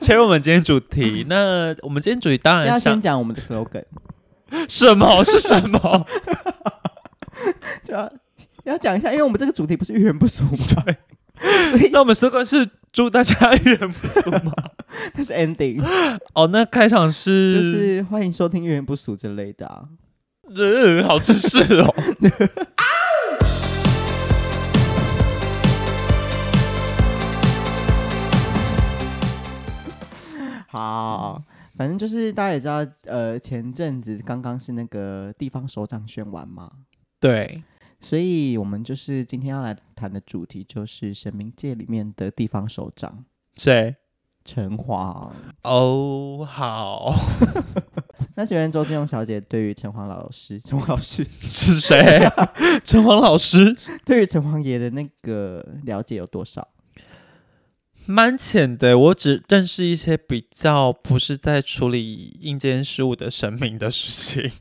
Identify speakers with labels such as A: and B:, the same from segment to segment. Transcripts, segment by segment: A: 切入我们今天主 题。那我们今天主题当
B: 是要
A: 然
B: 先
A: 想
B: 讲我们的 slogan，
A: 什么是什么？
B: 就要啊要讲一下，因为我们这个主题不是遇人不淑嘛， 所以
A: 那我们 slogan 是祝大家遇人不淑吗？
B: 它是 ending，
A: 哦，那开场
B: 就是是欢迎收听遇人不淑之类的啊。
A: 嗯，好知识哦。
B: 好，反正就是大家也知道，呃，前阵子刚刚是那个地方首长选完嘛，
A: 对，
B: 所以我们就是今天要来谈的主题就是神明界里面的地方首长
A: 谁？
B: 陈华昂。
A: 哦，好
B: 那请问周金荣小姐对于陈华老师、陈华老师
A: 是 谁？陈黄老师，
B: 对于陈黄爷的那个了解有多少？
A: 蛮浅的。我只认识一些比较不是在处理硬件事务的神明的事情，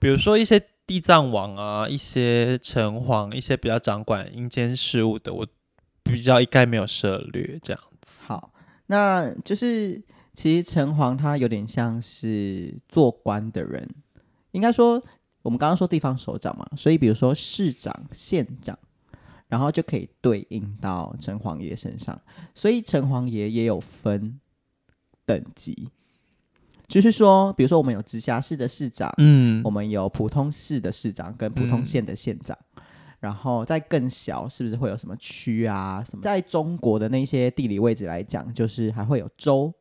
A: 比如说一些地藏王啊，一些城隍，一些比较掌管阴间事务的，我比较一概没有涉略。这样，
B: 好，那就是其实陈黄他有点像是做官的人，应该说我们刚刚说地方首长嘛，所以比如说市长、县长，然后就可以对应到城隍爷身上，所以城隍爷也有分等级，就是说，比如说我们有直辖市的市长，
A: 嗯
B: 我，们有普通市的市长跟普通县的县长，然后再更小是不是会有什么区啊什么？在中国的那些地理位置来讲，就是还会有州，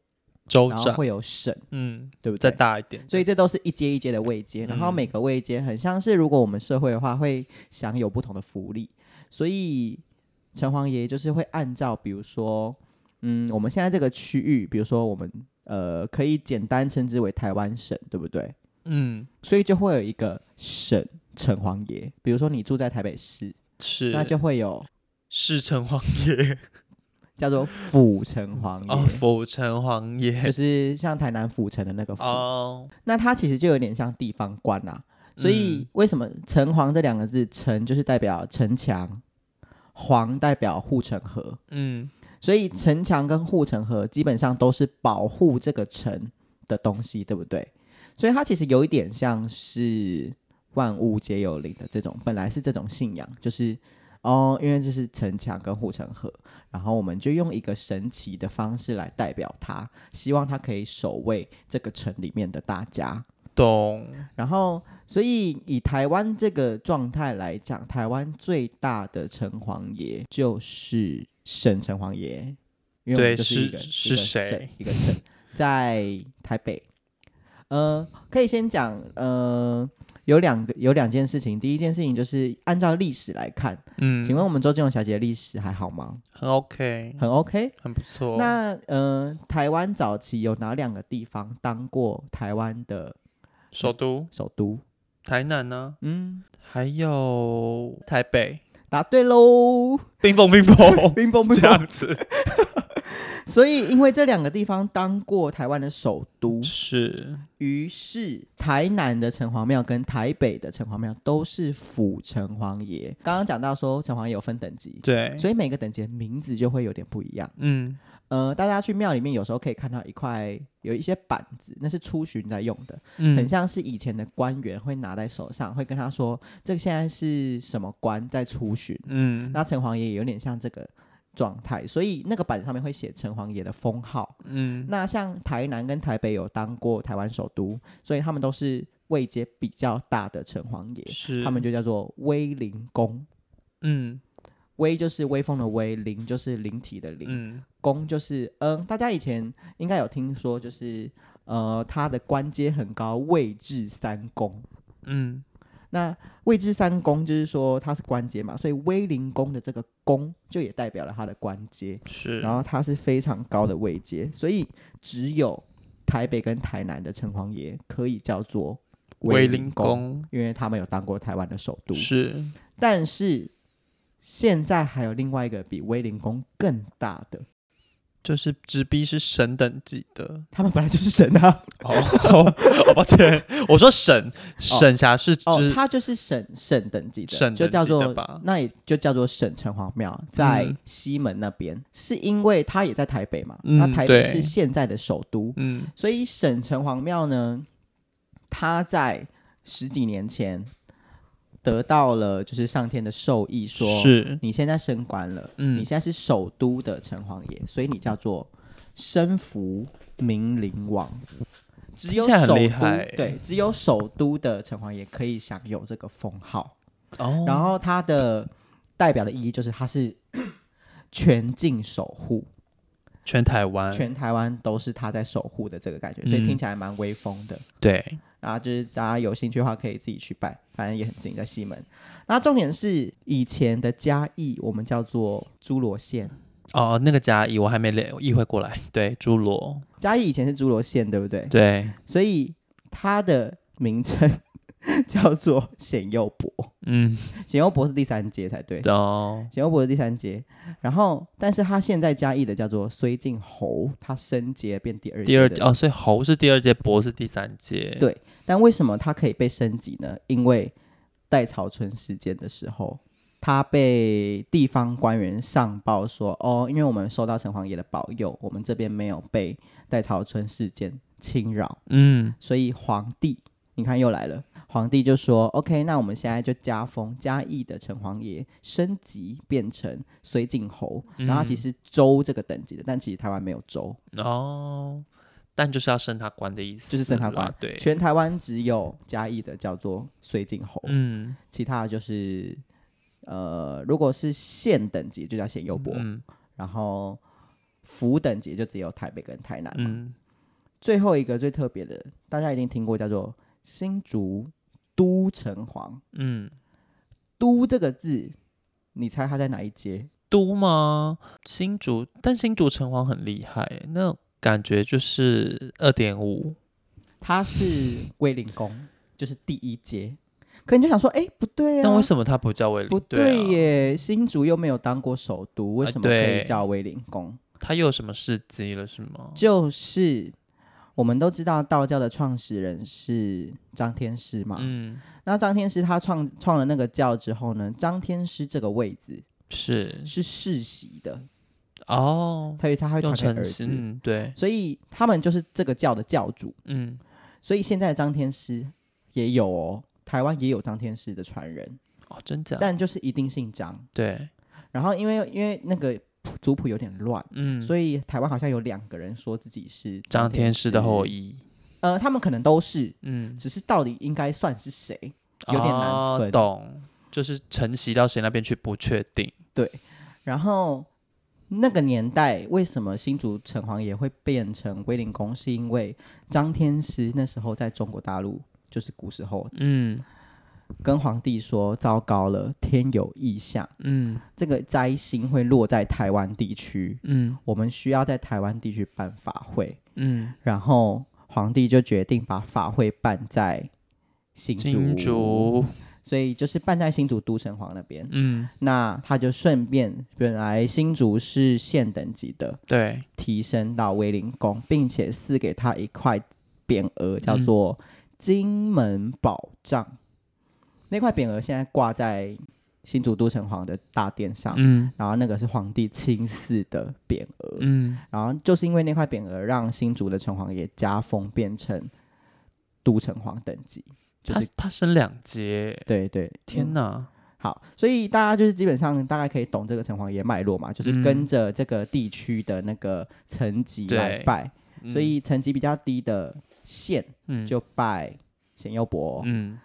A: 州
B: 然后
A: 长，
B: 会有省，
A: 嗯，
B: 对不
A: 再
B: 对？
A: 大一点，
B: 所以这都是一阶一阶的位阶，然后
A: 嗯
B: 每个位阶很像是如果我们社会的话，会享有不同的福利，所以城隍爷就是会按照比如说，嗯，我们现在这个区域，比如说我们呃可以简单称之为台湾省，对不对？
A: 嗯，
B: 所以就会有一个省城隍爷。比如说你住在台北市，
A: 是，
B: 那就会有
A: 是城隍爷
B: 叫做府城隍
A: 哦，
B: 爷，
A: 府城隍
B: 就
A: 爷
B: 是像台南府城的那个府。
A: 哦，
B: 那它其实就有点像地方官啦、所以
A: 嗯
B: 为什么城隍这两个字，城就是代表城墙，隍代表护城河，
A: 嗯，
B: 所以城墙跟护城河基本上都是保护这个城的东西，对不对？所以它其实有一点像是万物皆有灵的这种，本来是这种信仰，就是哦，因为这是城墙跟护城河，然后我们就用一个神奇的方式来代表它，希望它可以守卫这个城里面的大家。
A: 懂，
B: 然后，所以以台湾这个状态来讲，台湾最大的城隍爷就是省城隍爷，因为我
A: 对
B: 们就是一个
A: 是是
B: 一个
A: 谁
B: 省一个省，在台北。呃，可以先讲，呃，有两个有两件事情。第一件事情就是按照历史来看，
A: 嗯，
B: 请问我们周金荣小姐的历史还好吗？
A: 很 OK，
B: 很 OK。
A: 很不错。
B: 那呃，台湾早期有哪两个地方当过台湾的
A: 首都
B: 首都？
A: 台南呢、
B: 嗯，
A: 还有台北，
B: 答对喽。
A: 冰风冰风
B: 冰崩
A: 哦
B: 冰
A: 这
B: 崩。
A: 样子
B: 所以，因为这两个地方当过台湾的首 都，
A: 是
B: 于是台南的城隍庙跟台北的城隍庙都是府城隍爷。刚刚讲到说城隍爷有分等级，
A: 对，
B: 所以每个等级的名字就会有点不一样。
A: 嗯
B: 呃，大家去庙里面有时候可以看到一块有一些板子，那是出巡在用的，很
A: 嗯
B: 像是以前的官员会拿在手上，会跟他说这个现在是什么官在出巡。
A: 嗯
B: 那城隍爷有点像这个状态，所以那个板子上面会写城隍爷的封号。
A: 嗯，
B: 那像台南跟台北有当过台湾首都，所以他们都是位阶比较大的城隍爷，
A: 是
B: 他们就叫做威灵公。
A: 嗯
B: 威就是威风的威，灵就是灵体的灵，
A: 嗯
B: 公就是嗯，大家以前应该有听说，就是呃，他的官阶很高，位至三公。
A: 嗯
B: 那位置三公就是说它是关节嘛，所以威灵公的这个公就也代表了它的关节，
A: 是，
B: 然后它是非常高的位阶，所以只有台北跟台南的城隍爷可以叫做
A: 威
B: 灵
A: 灵，宫
B: 因为他们有当过台湾的首都。
A: 是
B: 但是现在还有另外一个比威灵公更大的，
A: 就是直逼是神等级的。
B: 他们本来就是神 啊，
A: 哦，哦抱歉，我说省省辖市之、
B: 哦，他就是省省等级的，
A: 省
B: 就
A: 等
B: 叫
A: 级的
B: 做
A: 吧
B: 那也就叫做省城隍庙，在
A: 嗯
B: 西门那边，是因为它也在台北嘛，
A: 嗯
B: 那台北
A: 对
B: 是现在的首都，
A: 嗯
B: 所以省城隍庙呢，它在十几年前得到了就是上天的授意说，
A: 是
B: 你现在升官了，你
A: 嗯
B: 现在是首都的城隍爷，所以你叫做身福明灵王。只有
A: 听起来很
B: 首
A: 厉
B: 都
A: 害
B: 对，只有首都的城隍爷可以享有这个封号。
A: 哦，
B: 然后它的代表的意义就是它是 全境守护，
A: 全台湾
B: 全台湾都是他在守护的这个感觉，所以
A: 嗯
B: 听起来蛮威风的。
A: 对
B: 然后就是大家有兴趣的话，可以自己去拜，反正也很近，在西门。然后重点是以前的嘉义，我们叫做侏罗县，
A: 哦，那个嘉义我还没了意会过来，对，侏罗，
B: 嘉义以前是侏罗县，对不对？
A: 对，
B: 所以它的名称叫做显佑伯，
A: 嗯，
B: 显佑伯是第三街才对，
A: 哦，
B: 显佑伯是第三街。然后，但是它现在嘉义的叫做绥靖侯，它升阶变第二
A: 第
B: 阶
A: 二
B: 的
A: 届哦，所以猴是第二届，博是第三届，
B: 对但为什么它可以被升级呢？因为戴潮春事件的时候，他被地方官员上报说，哦，因为我们受到城隍爷的保佑，我们这边没有被戴潮春事件侵扰，
A: 嗯，
B: 所以皇帝，你看又来了。皇帝就说：“OK，那我们现在就加封嘉义的城隍爷升级变成绥靖侯，
A: 嗯
B: 然后他其实州这个等级的，但其实台湾没有州，
A: 哦，但就是要升他官的意思啦，
B: 就是升他官
A: 对，
B: 全台湾只有嘉义的叫做绥靖侯。
A: 嗯
B: 其他的就是呃，如果是县等级就叫县优博，
A: 嗯
B: 然后府等级就只有台北跟台南嘛。
A: 嗯，
B: 最后一个最特别的，大家一定听过，叫做新竹都城隍。
A: 嗯，
B: 都这个字，你猜它在哪一街？
A: 都吗？新竹，但新竹城隍很厉害，欸那感觉就是二点五，
B: 它是威灵宫， 就是第一街。可你就想说，哎、不对啊，
A: 那为什么他不叫卫理？
B: 不
A: 对
B: 对
A: 啊，
B: 耶？新竹又没有当过首都，为
A: 啊
B: 什么可以
A: 对
B: 叫威灵宫？
A: 他又有什么事迹了是吗？
B: 就是我们都知道道教的创始人是张天师嘛，
A: 嗯，
B: 那张天师他创创了那个教之后呢，张天师这个位置
A: 是
B: 是世袭的，
A: 哦，
B: 所以他会
A: 用
B: 传给
A: 成
B: 儿
A: 是
B: 子，
A: 嗯对，
B: 所以他们就是这个教的教主，
A: 嗯
B: 所以现在的张天师也有哦。台湾也有张天师的传人，
A: 哦，真假
B: 但就是一定姓张。
A: 对，
B: 然后因为因为那个族谱有点乱，
A: 嗯，
B: 所以台湾好像有两个人说自己是
A: 张天师的后
B: 裔，
A: 裔，
B: 呃，他们可能都是，
A: 嗯，
B: 只是到底应该算是谁，有点难
A: 哦
B: 分。
A: 懂，就是承袭到谁那边去不确定，
B: 然后那个年代，为什么新竹城隍爷会变成威灵宫？是因为张天师那时候在中国大陆，就是古时候
A: 嗯
B: 跟皇帝说：“糟糕了，天有异象，
A: 嗯
B: 这个灾星会落在台湾地区，
A: 嗯
B: 我们需要在台湾地区办法会。
A: 嗯，”
B: 然后皇帝就决定把法会办在新竹，
A: 金竹，
B: 所以就是办在新竹都城隍那边。
A: 嗯，
B: 那他就顺便，本来新竹是县等级的，
A: 对，
B: 提升到威灵宫，并且赐给他一块匾额，叫做
A: 嗯
B: 金门宝藏。那块匾额现在挂在新竹都城隍的大殿上，
A: 嗯
B: 然后那个是皇帝亲赐的匾额，
A: 嗯，
B: 然后就是因为那块匾额，让新竹的城隍爷加封变成都城隍等级，就
A: 他
B: 是
A: 他升两阶，
B: 对对，
A: 天哪，
B: 好，所以大家就是基本上大概可以懂这个城隍爷脉络嘛，就是跟着这个地区的那个层级
A: 嗯
B: 来
A: 对
B: 拜，所
A: 嗯
B: 以层级比较低的县
A: 嗯
B: 就拜显佑伯，
A: 嗯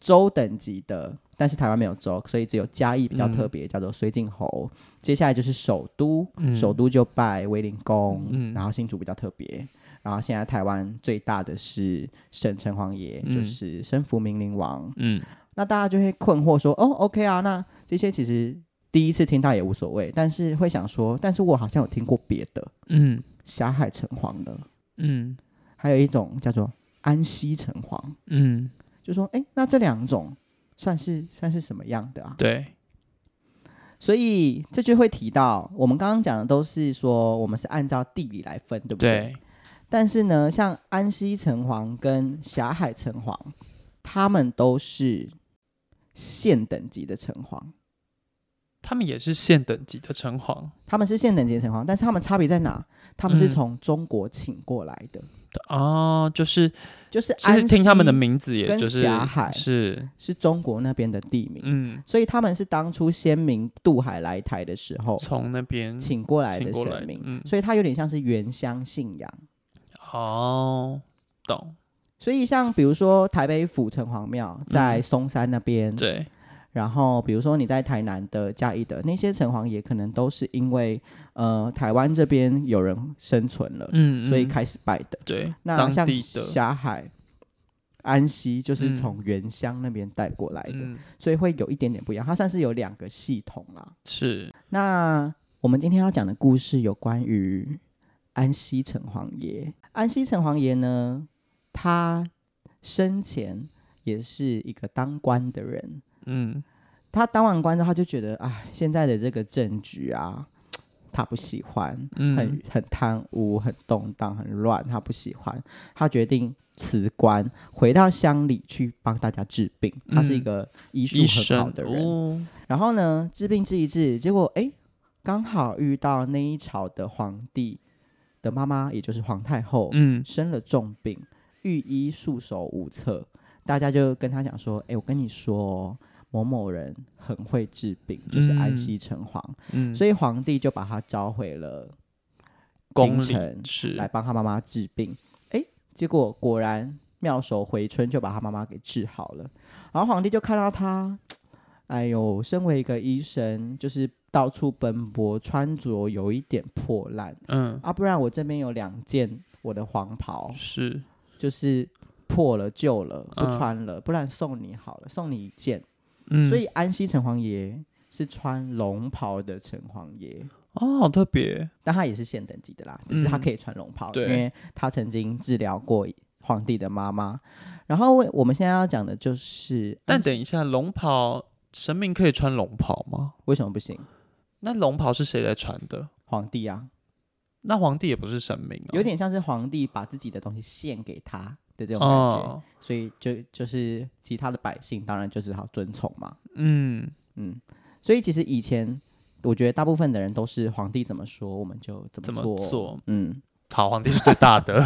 B: 州等级的，但是台湾没有州，所以只有嘉义比较特别，叫做绥靖侯。接下来就是首都，
A: 嗯
B: 首都就拜威灵宫，
A: 嗯
B: 然后新竹比较特别。然后现在台湾最大的是省城隍爷，就
A: 嗯
B: 是身福明灵王，
A: 嗯
B: 那大家就会困惑说，哦，OK 啊，那这些其实第一次听到也无所谓，但是会想说，但是我好像有听过别的
A: 嗯
B: 霞海城隍的，
A: 嗯
B: 还有一种叫做安息城隍，
A: 嗯，
B: 就说，哎，那这两种算是算是什么样的啊？
A: 对，
B: 所以这就会提到，我们刚刚讲的都是说我们是按照地理来分，对不
A: 对，
B: 但是呢，像安西城隍跟霞海城隍，他们都是县等级的城隍，
A: 他们也是县等级的城隍
B: 他们是县等级的城隍，但是他们差别在哪？他们是
A: 嗯
B: 从中国请过来的，
A: 啊，就是
B: 就是
A: 其实
B: 安
A: 听他们的
B: 息
A: 名字，也
B: 跟
A: 就是
B: 霞海
A: 是
B: 是中国那边的地名，
A: 嗯，
B: 所以他们是当初先民渡海来台的时候
A: 从那边
B: 请过来
A: 请
B: 的
A: 过来
B: 神
A: 的
B: 明，
A: 嗯
B: 所以它有点像是原乡信仰。
A: 哦，懂
B: 所以像比如说台北府城隍庙在松山那边，
A: 嗯对，
B: 然后比如说你在台南的嘉义的那些城隍，也可能都是因为呃台湾这边有人生存了，
A: 嗯，
B: 所以
A: 嗯
B: 开始拜的。
A: 对
B: 那
A: 当
B: 像
A: 地的
B: 霞海、安溪，就是
A: 嗯
B: 从原乡那边带过来的，
A: 嗯
B: 所以会有一点点不一样。它算是有两个系统啦。
A: 是
B: 那我们今天要讲的故事有关于安西城隍爷。安西城隍爷呢，他生前也是一个当官的人。
A: 嗯
B: 他当完官之后，他就觉得，哎，现在的这个政局啊，他不喜欢，
A: 嗯
B: 很很贪污、很动荡、很乱，他不喜欢。他决定辞官，回到乡里去帮大家治病。他是一
A: 嗯
B: 个医术
A: 医
B: 很
A: 生
B: 好的人，
A: 哦，
B: 然后呢，治病治一治，结果哎，诶刚好遇到那一朝的皇帝的妈妈，也就是皇太后，
A: 嗯
B: 生了重病，御医束手无策。大家就跟他讲说：“哎，我跟你说哦，某某人很会治病，就是安
A: 嗯
B: 西城隍。
A: 嗯，
B: 所以皇帝就把他召回了
A: 宫
B: 京城
A: 里是
B: 来帮他妈妈治病。哎，结果果然妙手回春，就把他妈妈给治好了。然后皇帝就看到他，哎呦，身为一个医生，就是到处奔波，穿着有一点破烂
A: 嗯
B: 啊，不然我这边有两件我的黄袍，
A: 是
B: 就是破了旧了，不
A: 嗯
B: 穿了，不然送你好了，送你一件。
A: 嗯，
B: 所以安西城隍爷是穿龙袍的城隍爷。
A: 哦好特别
B: 但他也是县等级的啦，只是他
A: 嗯
B: 可以穿龙袍，
A: 对
B: 因为他曾经治疗过皇帝的妈妈。然后我我们现在要讲的就是，
A: 但
B: 嗯
A: 等一下，龙袍神明可以穿龙袍吗？
B: 为什么不行？
A: 那龙袍是谁在穿的？
B: 皇帝啊，
A: 那皇帝也不是神明啊，
B: 有点像是皇帝把自己的东西献给他的这种感觉，
A: 哦，
B: 所以就就是其他的百姓当然就只好遵从嘛，
A: 嗯
B: 嗯。所以其实以前我觉得大部分的人都是皇帝怎么说我们就怎
A: 怎
B: 么
A: 么
B: 做，
A: 做？
B: 嗯。
A: 好，皇帝是最大的，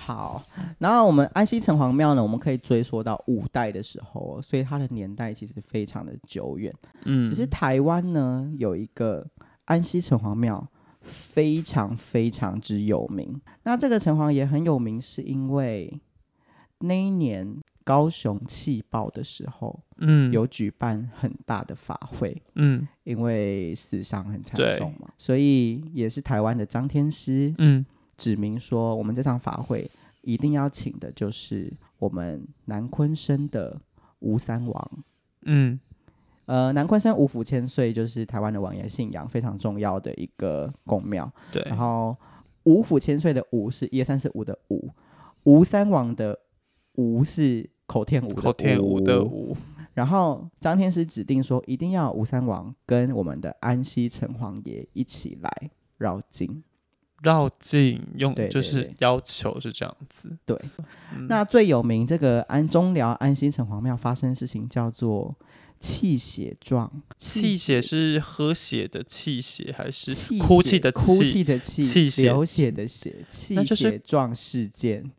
B: 好，然后我们安溪城隍庙呢，我们可以追溯到五代的时候哦，所以它的年代其实非常的久远。
A: 嗯，
B: 只是台湾呢有一个安溪城隍庙，非常非常之有名。那这个城隍也很有名，是因为那一年高雄气爆的时候，
A: 嗯
B: 有举办很大的法会。
A: 嗯
B: 因为死伤很惨
A: 对
B: 重嘛，所以也是台湾的张天师
A: 嗯
B: 指明说，我们这场法会一定要请的就是我们南昆生的吴三王。
A: 嗯
B: 呃，南昆生五府千岁就是台湾的王爷信仰非常重要的一个宫庙。
A: 对，
B: 然后五府千岁的五是一二三四五的五，吴三王的吴是口天吴的
A: 口天吴的
B: 吴。
A: 吴，
B: 然后张天师指定说，一定要吴三王跟我们的安西城隍爷一起来绕境。
A: 绕境用
B: 对对
A: 就是
B: 对
A: 要求是这样子，
B: 对，
A: 嗯
B: 那最有名这个安中寮安心城隍庙发生的事情叫做气血状，
A: 气血是喝血的气血还是
B: 气
A: 哭
B: 血
A: 泣的
B: 哭
A: 气
B: 泣的气，
A: 气血
B: 流血的血，气
A: 那就是
B: 血状 事件。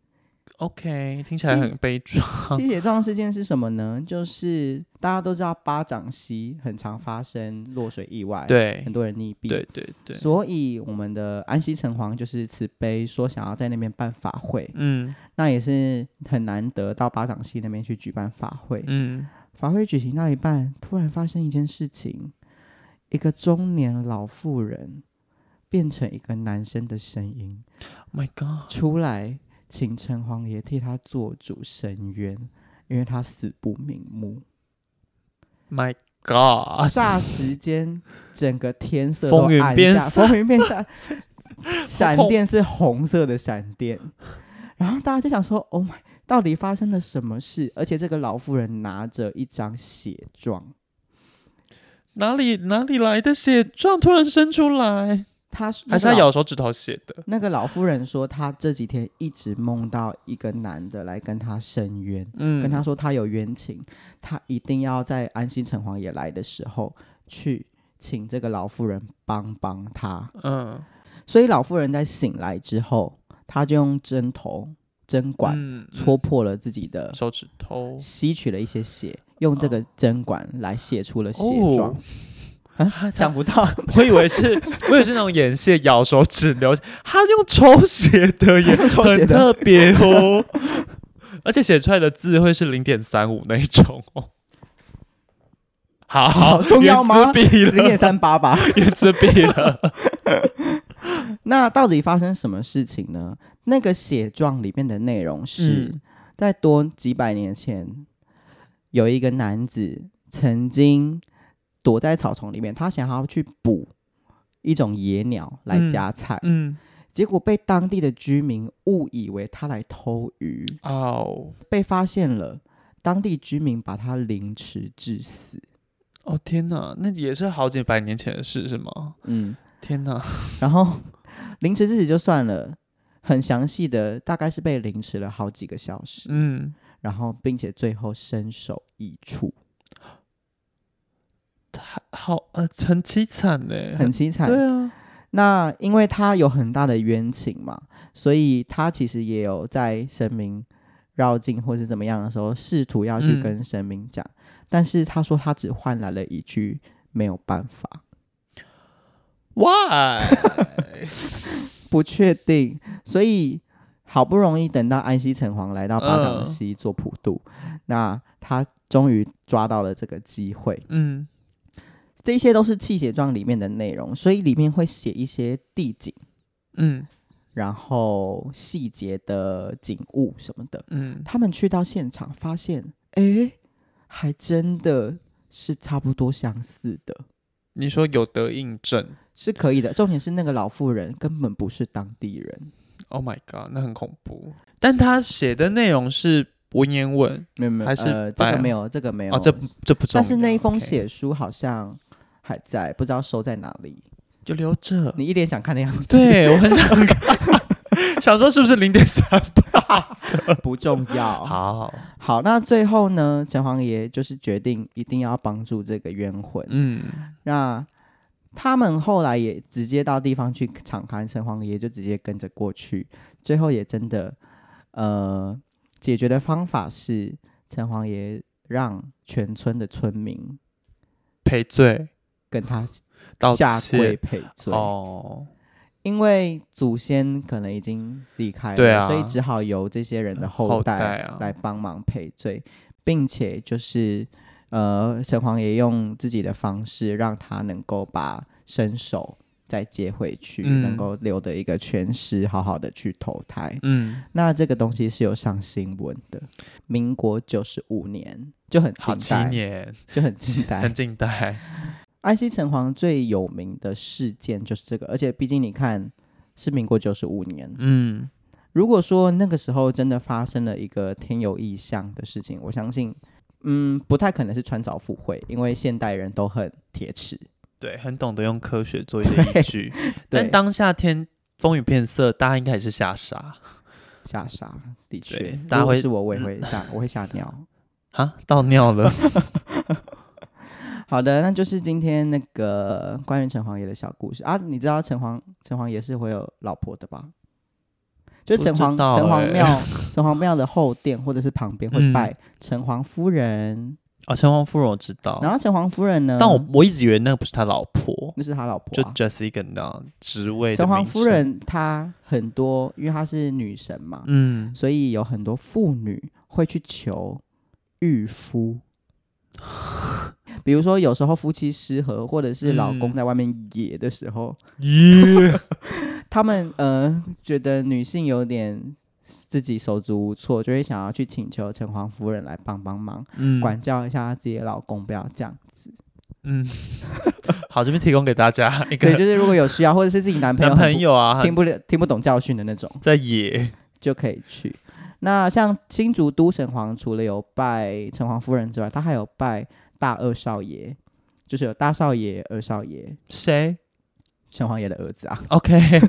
A: ？OK，听起来很悲壮，
B: 气血状事件是什么呢？就是大家都知道巴掌溪很常发生落水意外，，
A: 对
B: 很多人溺毙，
A: 对对对，
B: 所以我们的安息城隍就是慈悲，说想要在那边办法会，
A: 嗯
B: 那也是很难得到巴掌溪那边去举办法会。
A: 嗯
B: 法会举行到一半，突然发生一件事情：一个中年老妇人变成一个男生的声音
A: ，Oh my God，
B: 出来，请城隍爷替他做主伸冤，因为他死不瞑目。
A: My God，
B: 霎时间，整个天色
A: 啊风
B: 都
A: 云
B: 暗
A: 变
B: 下，
A: 色
B: 风云 变色，闪电是红色的闪电。然后大家就想说：“Oh my，到底发生了什么事？”而且这个老妇人拿着一张血状，
A: 哪里哪里来的血状突然生出来？
B: 他是
A: 还是他咬手指头写的？
B: 那个老妇人说，她这几天一直梦到一个男的来跟她申冤，
A: 嗯
B: 跟她说她有冤情，她一定要在安心城隍爷来的时候去请这个老妇人帮帮她。
A: 嗯
B: 所以老妇人在醒来之后，她就用针头、针管
A: 嗯
B: 戳破了自己的，
A: 手指头，
B: 吸取了一些血，用这个针管来写出了血状。
A: 哦，
B: 啊，想 不到，
A: 我以为是，我以为是那种眼线咬手指流血，他用抽血 的耶，
B: 抽血
A: 很
B: 的
A: 特别哦。 而且写出来的字会是零点三五那一种哦。好，
B: 好重要
A: 原子
B: 吗
A: 笔
B: 零点
A: 了，
B: 三八吧。
A: 原子笔了。
B: 那到底发生什么事情呢？那个血状里面的内容是，
A: 嗯
B: 在多几百年前，有一个男子曾经躲在草丛里面，他想要去捕一种野鸟来夹菜，
A: 嗯，
B: 结果被当地的居民误以为他来偷鱼，
A: 哦
B: 被发现了。当地居民把他凌迟致死。
A: 哦天哪，那也是好几百年前的事是吗？
B: 嗯，
A: 天哪，
B: 然后 凌迟致死就算了，很详细的，大概是被凌迟了好几个小时。
A: 嗯，
B: 然后并且最后身首异处，
A: 好呃，很凄惨呢，
B: 很凄惨。
A: 对啊，
B: 那因为他有很大的冤情嘛，所以他其实也有在神明绕境或是怎么样的时候，试图要去
A: 嗯
B: 跟神明讲，但是他说他只换来了一句没有办法，
A: Why？
B: 不确定，所以。好不容易等到安息城隍来到巴掌
A: 嗯
B: 溪做普渡，那他终于抓到了这个机会，
A: 嗯
B: 这些都是气血状里面的内容，所以里面会写一些地景，
A: 嗯
B: 然后细节的景物什么的。
A: 嗯，
B: 他们去到现场，发现，哎，还真的是差不多相似的，
A: 你说有得印证
B: 是可以的。重点是那个老妇人根本不是当地人，
A: ？Oh my god，那很恐怖。但他写的内容是文言文
B: 没有没有，
A: 还是
B: 呃、这个
A: 白
B: 没有，这个没有，
A: 哦，这这不重要。
B: 但是那一封
A: OK
B: 血书好像还在，不知道收在哪里。
A: 就留着。
B: 你一脸想看的样子，
A: 对我很想看， 想说是不是零点三？
B: 不重要。
A: 好，
B: 好，那最后呢，城隍爷就是决定一定要帮助这个冤魂。
A: 嗯，
B: 那他们后来也直接到地方去敞开城隍爷就直接跟着过去，最后也真的，呃，解决的方法是城隍爷让全村的村民
A: 赔罪
B: 跟他
A: 道
B: 下跪
A: 歉
B: 赔罪，
A: 哦，
B: 因为祖先可能已经离开了，
A: 对啊
B: 所以只好由这些人的后
A: 后
B: 代
A: 代啊
B: 来帮忙赔罪，并且就是呃，城隍爷用自己的方式让他能够把身手再接回去，
A: 嗯
B: 能够留得一个全尸，好好的去投胎。
A: 嗯，
B: 那这个东西是有上新闻的，民国九十五年就很
A: 好，
B: 近
A: 七
B: 代，
A: 年，
B: 就很近 代
A: 很。近 代，
B: 安息城隍最有名的事件就是这个，而且毕竟你看是民国九十五年，
A: 嗯，
B: 如果说那个时候真的发生了一个天有异象的事情，我相信，嗯，不太可能是穿凿附会，因为现代人都很铁齿。
A: 对，很懂得用科学做一些依据，但
B: 对，
A: 当下天风雨变色，大家应该还是下沙
B: 吓傻，的确
A: 对，大家
B: 如果
A: 会
B: 是我，我也会吓， 我会吓尿。
A: 啊，倒尿了，
B: 好的，那就是今天那个 关于城隍爷的小故事啊。你知道城隍城隍爷是会有老婆的吧？就
A: 不
B: 城
A: 知
B: 隍、
A: 道
B: 城
A: 欸
B: 隍庙城隍庙的后殿或者是旁边会
A: 嗯
B: 拜城隍夫人，
A: 哦，城隍夫人我知道，
B: 然后城隍夫人呢，
A: 哦但我我一直以为那个不是他老婆，
B: 那是他嗯老婆、啊，
A: 就 Jessica 那职位的
B: 城隍
A: 名
B: 夫
A: 称，
B: 人她很多，因为她是女神嘛，
A: 嗯，
B: 所以有很多妇女会去求御夫。比如说，有时候夫妻失和，或者是老公
A: 嗯
B: 在外面野的时候，
A: 耶，
B: 他们呃觉得女性有点自己手足无措，就会想要去请求城隍夫人来帮帮忙，
A: 嗯
B: 管教一下自己的老公，不要这样。
A: 嗯，好，这边提供给大家一
B: 对，
A: 个
B: 就是如果有需要，或者是自己男朋
A: 男
B: 友很不
A: 朋友啊，
B: 听不了、听不懂教训的那种。
A: 在野，
B: 就可以去。那像新竹都城隍，除了有拜城隍夫人之外，他还有拜大二少爷，就是有大少爷、二少爷、
A: 谁
B: 城隍爷的儿子啊，
A: ？OK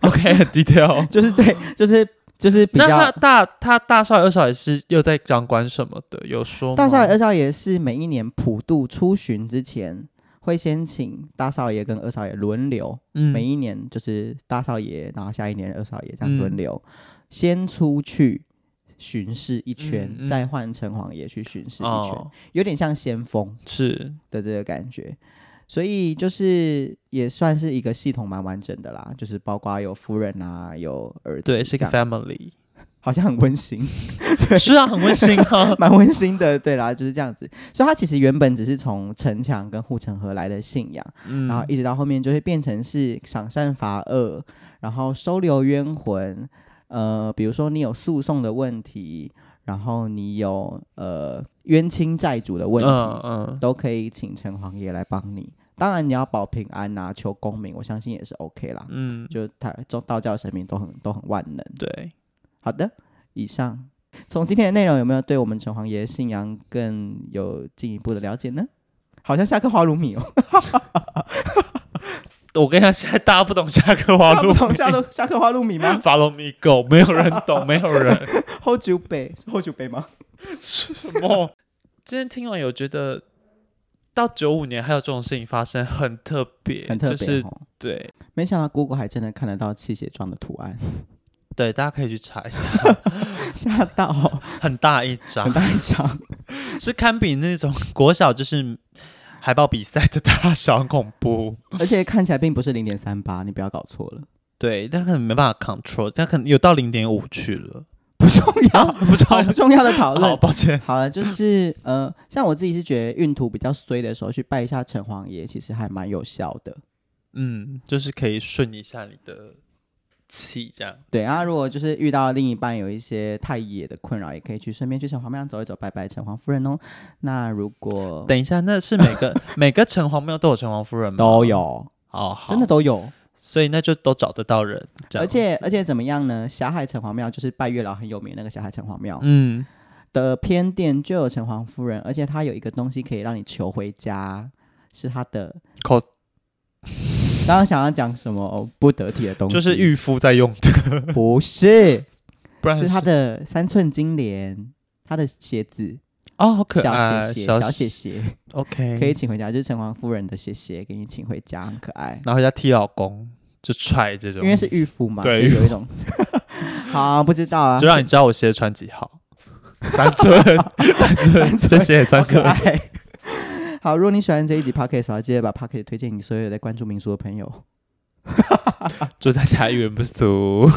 A: OK，很低调。
B: 就是对，就是就是比
A: 那他
B: 较
A: 大他大少爷二少爷是又在掌管什么的？有说吗
B: 大少爷、二少爷是每一年普渡出巡之前，会先请大少爷跟二少爷轮流，
A: 嗯
B: 每一年就是大少爷，然后下一年二少爷这样
A: 嗯
B: 轮流，先出去巡视一圈，
A: 嗯嗯
B: 再换城隍爷去巡视一圈，
A: 哦
B: 有点像先锋
A: 是
B: 的这个感觉。所以就是也算是一个系统蛮完整的啦，就是包括有夫人啊，有儿子这
A: 对
B: 样，
A: 是一个 family，
B: 好像很温馨，。
A: 是啊，很温馨啊
B: 蛮温馨的，对啦，就是这样子。所以它其实原本只是从城墙跟护城河来的信仰，
A: 嗯
B: 然后一直到后面就会变成是赏善罚恶，然后收留冤魂。呃，比如说你有诉讼的问题，然后你有呃冤亲债主的问题，
A: 嗯嗯，
B: 都可以请城隍爷来帮你。当然你要保平安呐、求功名，我相信也是 OK 啦。
A: 嗯，
B: 就台中道教神明都很都很万能。
A: 对，
B: 好的，以上从今天的内容有没有对我们城隍爷信仰更有进一步的了解呢？好像下课花如米哦，
A: 我跟你讲，现在大家不懂下课 花路
B: 不，懂下课下课花如米 吗
A: follow me go，没有人懂，没有人
B: 后九杯是后九杯吗？
A: 什么。今天听完有觉得，到九五年还有这种事情发生，很特别，
B: 很特
A: 就
B: 别
A: 是
B: 哦，
A: 对
B: 没想到 Google 还真的看得到气血状的图案，
A: 对，大家可以去查一下，
B: 吓到 哦
A: 很大一
B: 很
A: 张，
B: 大一张，
A: 是堪比那种国小就是海报比赛的大小，很恐怖。
B: 而且看起来并不是零点三八，你不要搞错了，
A: 对，但可能没办法 control，但可能有到零点五去了。
B: 不重要，
A: 不知
B: 啊好
A: 道
B: 不，重要的
A: 好
B: 讨论。
A: 抱歉。
B: 好了，就是呃，像我自己是觉得运途比较衰的时候，去拜一下城隍爷，其实还蛮有效的。
A: 嗯，就是可以顺一下你的气，这样。
B: 对啊，如果就是遇到另一半有一些太野的困扰，也可以去顺便去城隍庙走一走，拜拜城隍夫人哦。那如果
A: 等一下，那是每个 每个城隍庙都有城隍夫人吗？
B: 都有，
A: 哦，好
B: 真的，都有，
A: 所以那就都找得到人。这样
B: 而且
A: 子
B: 而且怎么样呢？霞海城隍庙就是拜月老很有名那个霞海城隍庙、
A: 嗯，
B: 的偏殿就有城隍夫人，而且它有一个东西可以让你求回家，是它的
A: 口
B: 刚刚想要讲什么、哦、不得体的东西，
A: 就是御夫在用的，
B: 不是
A: 不然
B: 是它的三寸金莲，它的鞋子
A: 哦，好可
B: 小
A: 爱，
B: 鞋鞋小鞋鞋。
A: ，OK，
B: 可以请回家，就是城隍夫人的鞋鞋给你请回家，很可爱。
A: 拿回家踢老公，就踹这种，
B: 因为是御夫嘛，所
A: 对
B: 以
A: 御
B: 有一种。 好、不知道啊，
A: 就让你知道我鞋穿几号，三寸，三寸， 这鞋也三
B: 好可
A: 寸。
B: 爱。 好，如果你喜欢这一集 podcast，的话记得把 podcast 推荐给所有在关注民俗的朋友。
A: 祝大家一人不俗，